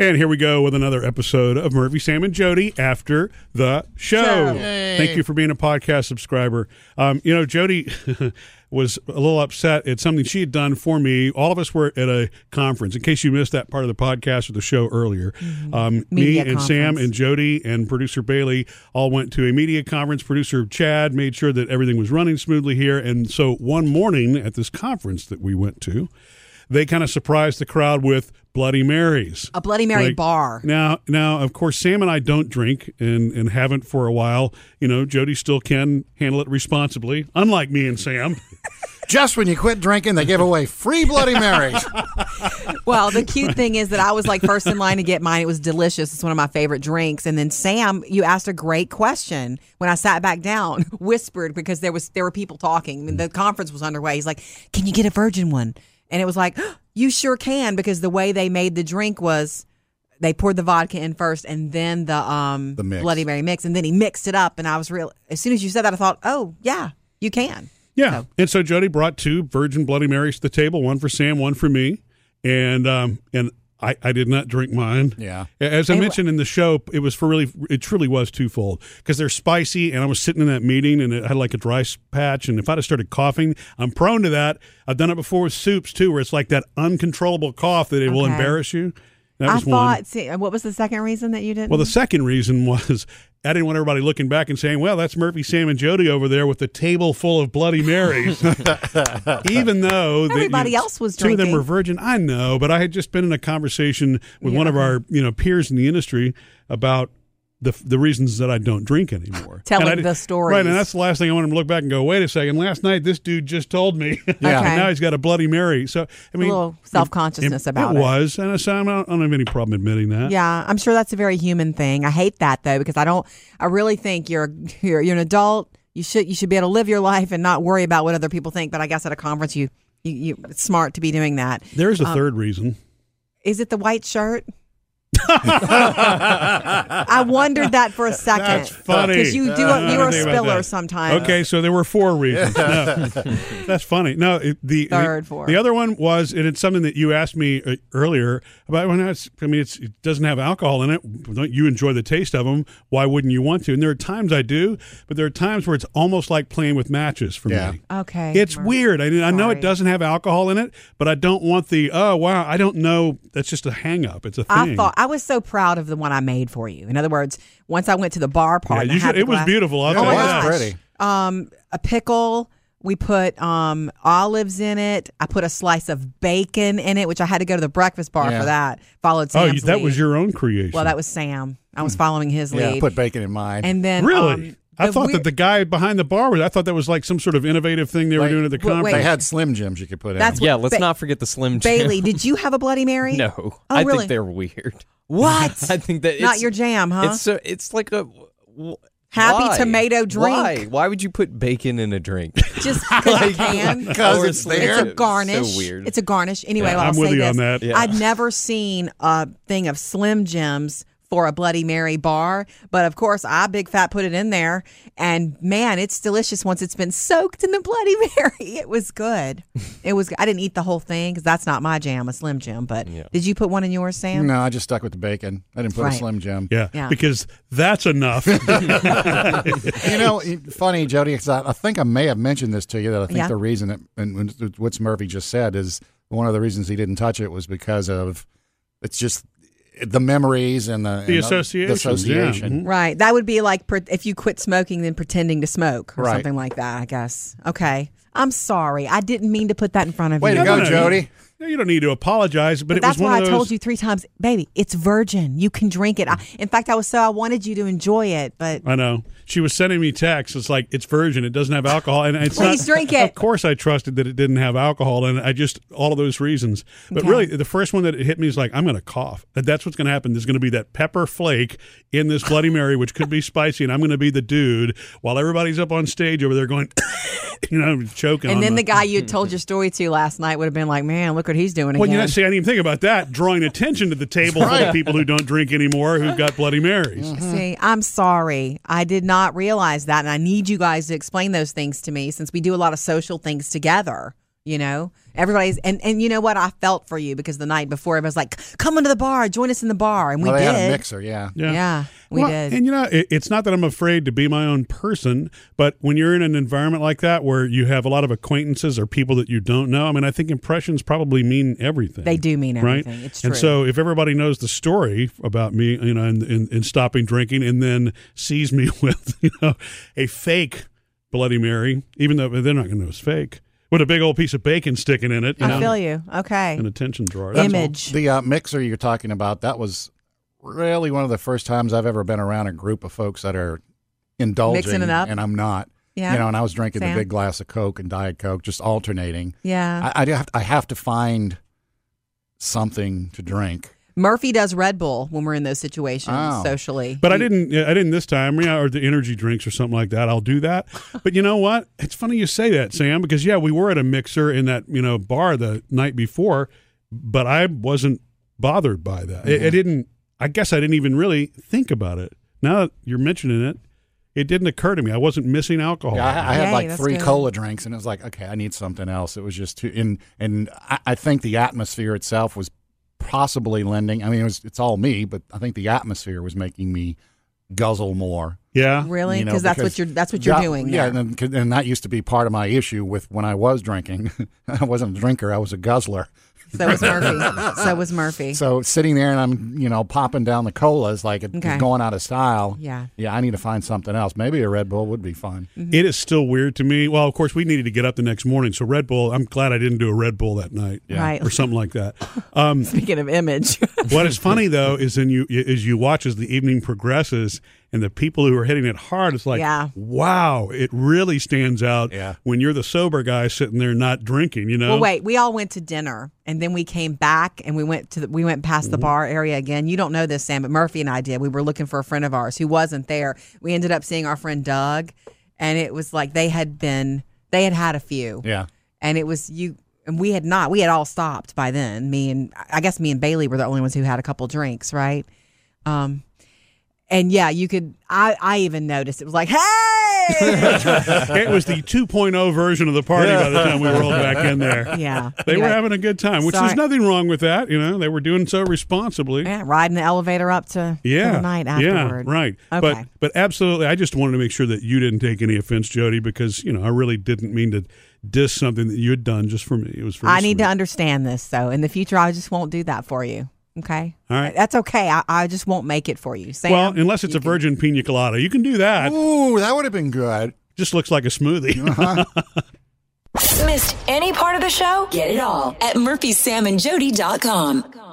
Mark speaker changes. Speaker 1: And here we go with another episode of Murphy, Sam, and Jody after the show. Thank you for being a podcast subscriber. Um, you know, Jody was a little upset at something she had done for me. All of us were at a conference. In case you missed that part of the podcast or the show earlier, um, me
Speaker 2: Mm-hmm. Media
Speaker 1: and Sam
Speaker 2: conference.
Speaker 1: and Jody and producer Bailey all went to a media conference. Producer Chad made sure that everything was running smoothly here. And so one morning at this conference that we went to, they kind of surprised the crowd with Bloody Marys.
Speaker 2: A Bloody Mary
Speaker 1: Like,
Speaker 2: bar.
Speaker 1: Now, now, of course, Sam and I don't drink and, and haven't for a while. You know, Jody still can handle it responsibly, unlike me and Sam.
Speaker 3: Just when you quit drinking, they give away free Bloody Marys.
Speaker 2: Well, the cute thing is that I was like first in line to get mine. It was delicious. It's one of my favorite drinks. And then Sam, you asked a great question when I sat back down, whispered because there was there were people talking. I mean,
Speaker 1: Mm.
Speaker 2: the conference was underway. He's like, "Can you get a virgin one?" And it was like, "Oh, "You sure can," because the way they made the drink was they poured the vodka in first and then the um
Speaker 3: The mix.
Speaker 2: Bloody Mary mix, and then he mixed it up. And I was real. As soon as you said that, I thought, "Oh yeah, you can."
Speaker 1: Yeah. And so Jody brought two Virgin Bloody Marys to the table, one for Sam, one for me. And um and I, I did not drink mine.
Speaker 3: Yeah.
Speaker 1: A- As I mentioned in the show, it was for really it truly was twofold because they're spicy and I was sitting in that meeting and it had like a dry s- patch and if I'd have started coughing, I'm prone to that. I've done it before with soups too where it's like that uncontrollable cough that it will
Speaker 2: Okay.
Speaker 1: embarrass you. That
Speaker 2: I
Speaker 1: was one.
Speaker 2: thought. See, what was the second reason that you didn't?
Speaker 1: Well, the second reason was I didn't want everybody looking back and saying, well, that's Murphy, Sam, and Jody over there with the table full of Bloody Marys. Even though that
Speaker 2: Everybody else was
Speaker 1: two of them
Speaker 2: drinking.
Speaker 1: were virgin. I know, but I had just been in a conversation with one of our you know peers in the industry about. The, the reasons that I don't drink anymore.
Speaker 2: Telling
Speaker 1: And I
Speaker 2: the
Speaker 1: did-
Speaker 2: stories.
Speaker 1: Right, and that's the last thing I want him to look back and go, wait a second, last night this dude just told me.
Speaker 3: Yeah.
Speaker 1: and
Speaker 2: Okay.
Speaker 1: now he's got a Bloody Mary. So, I mean,
Speaker 2: little self-consciousness about
Speaker 1: It
Speaker 2: it.
Speaker 1: was, and so I don't, I don't have any problem admitting that.
Speaker 2: Yeah, I'm sure that's a very human thing. I hate that though because I don't. I really think you're you're, you're an adult. You should you should be able to live your life and not worry about what other people think. But I guess at a conference, you, you, you it's smart to be doing that.
Speaker 1: There's a third reason.
Speaker 2: Is it the white shirt? I wondered that for a second.
Speaker 1: That's funny.
Speaker 2: because you do
Speaker 1: I
Speaker 2: you're a
Speaker 1: didn't think about
Speaker 2: spiller
Speaker 1: that.
Speaker 2: sometimes.
Speaker 1: Okay, so there were four reasons. No. that's funny. No, it, the
Speaker 2: Third,
Speaker 1: the,
Speaker 2: fourth.
Speaker 1: The other one was, and it's something that you asked me uh, earlier about. When it's, I mean, it's, it doesn't have alcohol in it. Don't you enjoy the taste of them? Why wouldn't you want to? And there are times I do, but there are times where it's almost like playing with matches for
Speaker 3: Yeah.
Speaker 1: me.
Speaker 2: Okay.
Speaker 1: It's weird. I, I know it
Speaker 2: Sorry.
Speaker 1: doesn't have alcohol in it, but I don't want the oh wow. I don't know. That's just a hang up. It's a thing.
Speaker 2: I thought I was so proud of the one I made for you. In other words, once I went to the bar
Speaker 1: Yeah,
Speaker 2: part, and I
Speaker 1: you
Speaker 2: had
Speaker 1: should,
Speaker 2: the
Speaker 1: it was
Speaker 2: glass- Oh
Speaker 1: beautiful. I'll
Speaker 3: Yeah,
Speaker 1: tell
Speaker 2: my
Speaker 1: you
Speaker 3: it was
Speaker 1: that.
Speaker 2: gosh.
Speaker 3: pretty.
Speaker 2: Um, a pickle. We put um, olives in it. I put a slice of bacon in it, which I had to go to the breakfast bar
Speaker 3: Yeah.
Speaker 2: for that. Followed
Speaker 1: Oh,
Speaker 2: Sam's.
Speaker 1: you- that was
Speaker 2: lead.
Speaker 1: your own creation.
Speaker 2: Well, that was Sam. I was following his
Speaker 3: Yeah,
Speaker 2: lead.
Speaker 3: put bacon in mine.
Speaker 2: and then
Speaker 1: Really?
Speaker 2: um,
Speaker 1: I thought that
Speaker 2: weird-
Speaker 1: the guy behind the bar was. I thought that was like some sort of innovative thing they were
Speaker 3: Like-
Speaker 1: doing at the
Speaker 2: Wait, wait.
Speaker 1: conference.
Speaker 3: they had Slim Jims you could put in.
Speaker 2: That's-
Speaker 4: Yeah, let's
Speaker 2: Ba-
Speaker 4: not forget the Slim Jim.
Speaker 2: Bailey. Did you have a Bloody Mary?
Speaker 4: No,
Speaker 2: Oh,
Speaker 4: I
Speaker 2: really?
Speaker 4: think they're weird.
Speaker 2: What?
Speaker 4: I think that
Speaker 2: Not
Speaker 4: it's-
Speaker 2: your jam, huh?
Speaker 4: It's so it's like a wh-
Speaker 2: Happy
Speaker 4: why?
Speaker 2: tomato drink.
Speaker 4: Why? Why would you put bacon in a drink?
Speaker 2: Just because you can.
Speaker 3: Because
Speaker 4: Or
Speaker 3: it's
Speaker 4: like-
Speaker 3: there.
Speaker 2: It's a garnish.
Speaker 4: So weird.
Speaker 2: It's a garnish. Anyway, well,
Speaker 1: I'm
Speaker 2: I'll
Speaker 1: with
Speaker 2: say
Speaker 1: you
Speaker 2: this.
Speaker 1: on that.
Speaker 4: Yeah.
Speaker 2: I'd never seen a thing of Slim Jims for a Bloody Mary bar, but of course I big fat put it in there, and man, it's delicious once it's been soaked in the Bloody Mary. It was good. It was. I didn't eat the whole thing because that's not my jam, a Slim Jim. But did you put one in yours, Sam?
Speaker 3: no, I just stuck with the bacon. I didn't put
Speaker 2: Right.
Speaker 3: a Slim Jim.
Speaker 1: yeah,
Speaker 2: Yeah.
Speaker 1: because that's enough.
Speaker 3: You know, funny, Jody, 'cause I, I think I may have mentioned this to you that I think
Speaker 2: Yeah.
Speaker 3: the reason that, and what Murphy just said is one of the reasons he didn't touch it was because of it's just the memories and the, and
Speaker 1: associations, yeah.
Speaker 3: association.
Speaker 1: Mhm.
Speaker 2: Right. That would be like pre- if you quit smoking, then pretending to smoke or
Speaker 3: Right.
Speaker 2: something like that. I guess. Okay. I'm sorry. I didn't mean to put that in front of
Speaker 3: Way
Speaker 2: you.
Speaker 3: to
Speaker 1: No, no,
Speaker 3: go,
Speaker 1: no,
Speaker 3: Jody.
Speaker 1: You, you don't need to apologize, but,
Speaker 2: But
Speaker 1: it was
Speaker 2: that's
Speaker 1: one
Speaker 2: why
Speaker 1: of those.
Speaker 2: I told you three times, baby, it's virgin. You can drink it. I, in fact, I was so I wanted you to enjoy it, but
Speaker 1: I know she was sending me texts. It's like it's virgin. It doesn't have alcohol, and it's
Speaker 2: Please
Speaker 1: not-
Speaker 2: drink it.
Speaker 1: Of course, I trusted that it didn't have alcohol, and I just all of those reasons. But
Speaker 2: Okay.
Speaker 1: really, the first one that it hit me is like I'm going to cough. That- That's what's going to happen. There's going to be that pepper flake in this Bloody Mary, which could be spicy, and I'm going to be the dude while everybody's up on stage over there going, you know, choking. on
Speaker 2: and then the guy you had told your story to last night would have been like, man, look what he's doing
Speaker 1: Well, you
Speaker 2: again.
Speaker 1: know, see, I didn't even think about that. Drawing attention to the table for the people who don't drink anymore, who've got Bloody Marys.
Speaker 2: See, I'm sorry. I did not realize that, and I need you guys to explain those things to me since we do a lot of social things together. You know, everybody's and and you know what? I felt for you because the night before everybody was like, "Come into the bar, join us in the bar," and we
Speaker 3: well, they
Speaker 2: did.
Speaker 3: had a mixer, yeah.
Speaker 2: Yeah. we
Speaker 1: Well,
Speaker 2: did.
Speaker 1: And you know, it, it's not that I'm afraid to be my own person, but when you're in an environment like that where you have a lot of acquaintances or people that you don't know, I mean, I think impressions probably mean everything.
Speaker 2: They do mean
Speaker 1: right?
Speaker 2: everything. It's
Speaker 1: And
Speaker 2: true.
Speaker 1: so if everybody knows the story about me, you know, and, and, and stopping drinking and then sees me with, you know, a fake Bloody Mary, even though they're not going to know it's fake, with a big old piece of bacon sticking in it, you
Speaker 2: I
Speaker 1: know,
Speaker 2: feel you. Okay.
Speaker 1: an attention drawer. That's all.
Speaker 2: Image.
Speaker 3: The uh, mixer you're talking about, that was really one of the first times I've ever been around a group of folks that are indulging.
Speaker 2: Mixing it up?
Speaker 3: And I'm not.
Speaker 2: Yeah.
Speaker 3: You know, and I was drinking
Speaker 2: Sam?
Speaker 3: the big glass of Coke and Diet Coke, just alternating.
Speaker 2: yeah.
Speaker 3: I, I, do have, I have to find something to drink.
Speaker 2: Murphy does Red Bull when we're in those situations
Speaker 3: Oh.
Speaker 2: socially.
Speaker 1: But I didn't. I didn't this time. Yeah, or the energy drinks or something like that. I'll do that. But you know what? It's funny you say that, Sam, because yeah, we were at a mixer in that you know bar the night before, but I wasn't bothered by that. I- I,
Speaker 2: Mm-hmm.
Speaker 1: didn't. I guess I didn't even really think about it. Now that you're mentioning it, it didn't occur to me. I wasn't missing alcohol.
Speaker 3: Yeah, I, I had
Speaker 2: Yay,
Speaker 3: like
Speaker 2: that's
Speaker 3: three
Speaker 2: good.
Speaker 3: cola drinks, and it was like, okay, I need something else. It was just too, and and I, I think the atmosphere itself was possibly lending. I mean, it was it's all me, but I think the atmosphere was making me guzzle more.
Speaker 1: yeah.
Speaker 2: really,
Speaker 3: uh, you know,
Speaker 2: because that's
Speaker 3: because
Speaker 2: what you're that's what you're
Speaker 3: that-
Speaker 2: doing.
Speaker 3: Yeah,
Speaker 2: there.
Speaker 3: and, then- and that used to be part of my issue with when I was drinking. I wasn't a drinker; I was a guzzler.
Speaker 2: So was Murphy. so was Murphy.
Speaker 3: So sitting there and I'm, you know, popping down the colas like it's
Speaker 2: Okay.
Speaker 3: going out of style.
Speaker 2: Yeah. Mm.
Speaker 3: Yeah, I need to find something else. Maybe a Red Bull would be fun.
Speaker 1: It is still weird to me. Well, of course, we needed to get up the next morning, so Red Bull. I'm glad I didn't do a Red Bull that night,
Speaker 2: Yeah. Right.
Speaker 1: or something like that.
Speaker 2: Speaking of image,
Speaker 1: what is funny though is then you is you watch as the evening progresses and the people who are hitting it hard it's like
Speaker 2: Yeah.
Speaker 1: wow it really stands out
Speaker 3: Yeah.
Speaker 1: when you're the sober guy sitting there not drinking you know
Speaker 2: well, Oh, wait. We all went to dinner, and then we came back, and we went to the, we went past
Speaker 3: Mm-hmm.
Speaker 2: the bar area again. You don't know this, Sam, but Murphy and I did. We were looking for a friend of ours who wasn't there. We ended up seeing our friend Doug, and it was like they had been they had had a few.
Speaker 3: Yeah.
Speaker 2: and it was you and we had not we had all stopped by then me and i guess me and bailey were the only ones who had a couple drinks right um and yeah you could i i even noticed it was like hey
Speaker 1: it was the 2.0 version of the party by the time we rolled back in there
Speaker 2: yeah
Speaker 1: they
Speaker 2: You're
Speaker 1: were
Speaker 2: like,
Speaker 1: having a good time which
Speaker 2: Sorry.
Speaker 1: there's nothing wrong with that you know they were doing so responsibly
Speaker 2: yeah, riding the elevator up to, to
Speaker 1: yeah
Speaker 2: the night
Speaker 1: yeah
Speaker 2: afterward
Speaker 1: right
Speaker 2: okay
Speaker 1: but but absolutely i just wanted to make sure that you didn't take any offense jody because you know i really didn't mean to diss something that you had done just for me it was for
Speaker 2: i
Speaker 1: just for
Speaker 2: need
Speaker 1: me.
Speaker 2: to understand this so in the future i just won't do that for you okay
Speaker 1: All right.
Speaker 2: that's okay i, I just won't make it for you Sam,
Speaker 1: well, unless it's
Speaker 2: you
Speaker 1: a virgin pina colada, you can do that.
Speaker 3: Ooh, that would have been good.
Speaker 1: Just looks like a smoothie.
Speaker 5: Missed any part of the show? Get it all at murphysamandjody.com.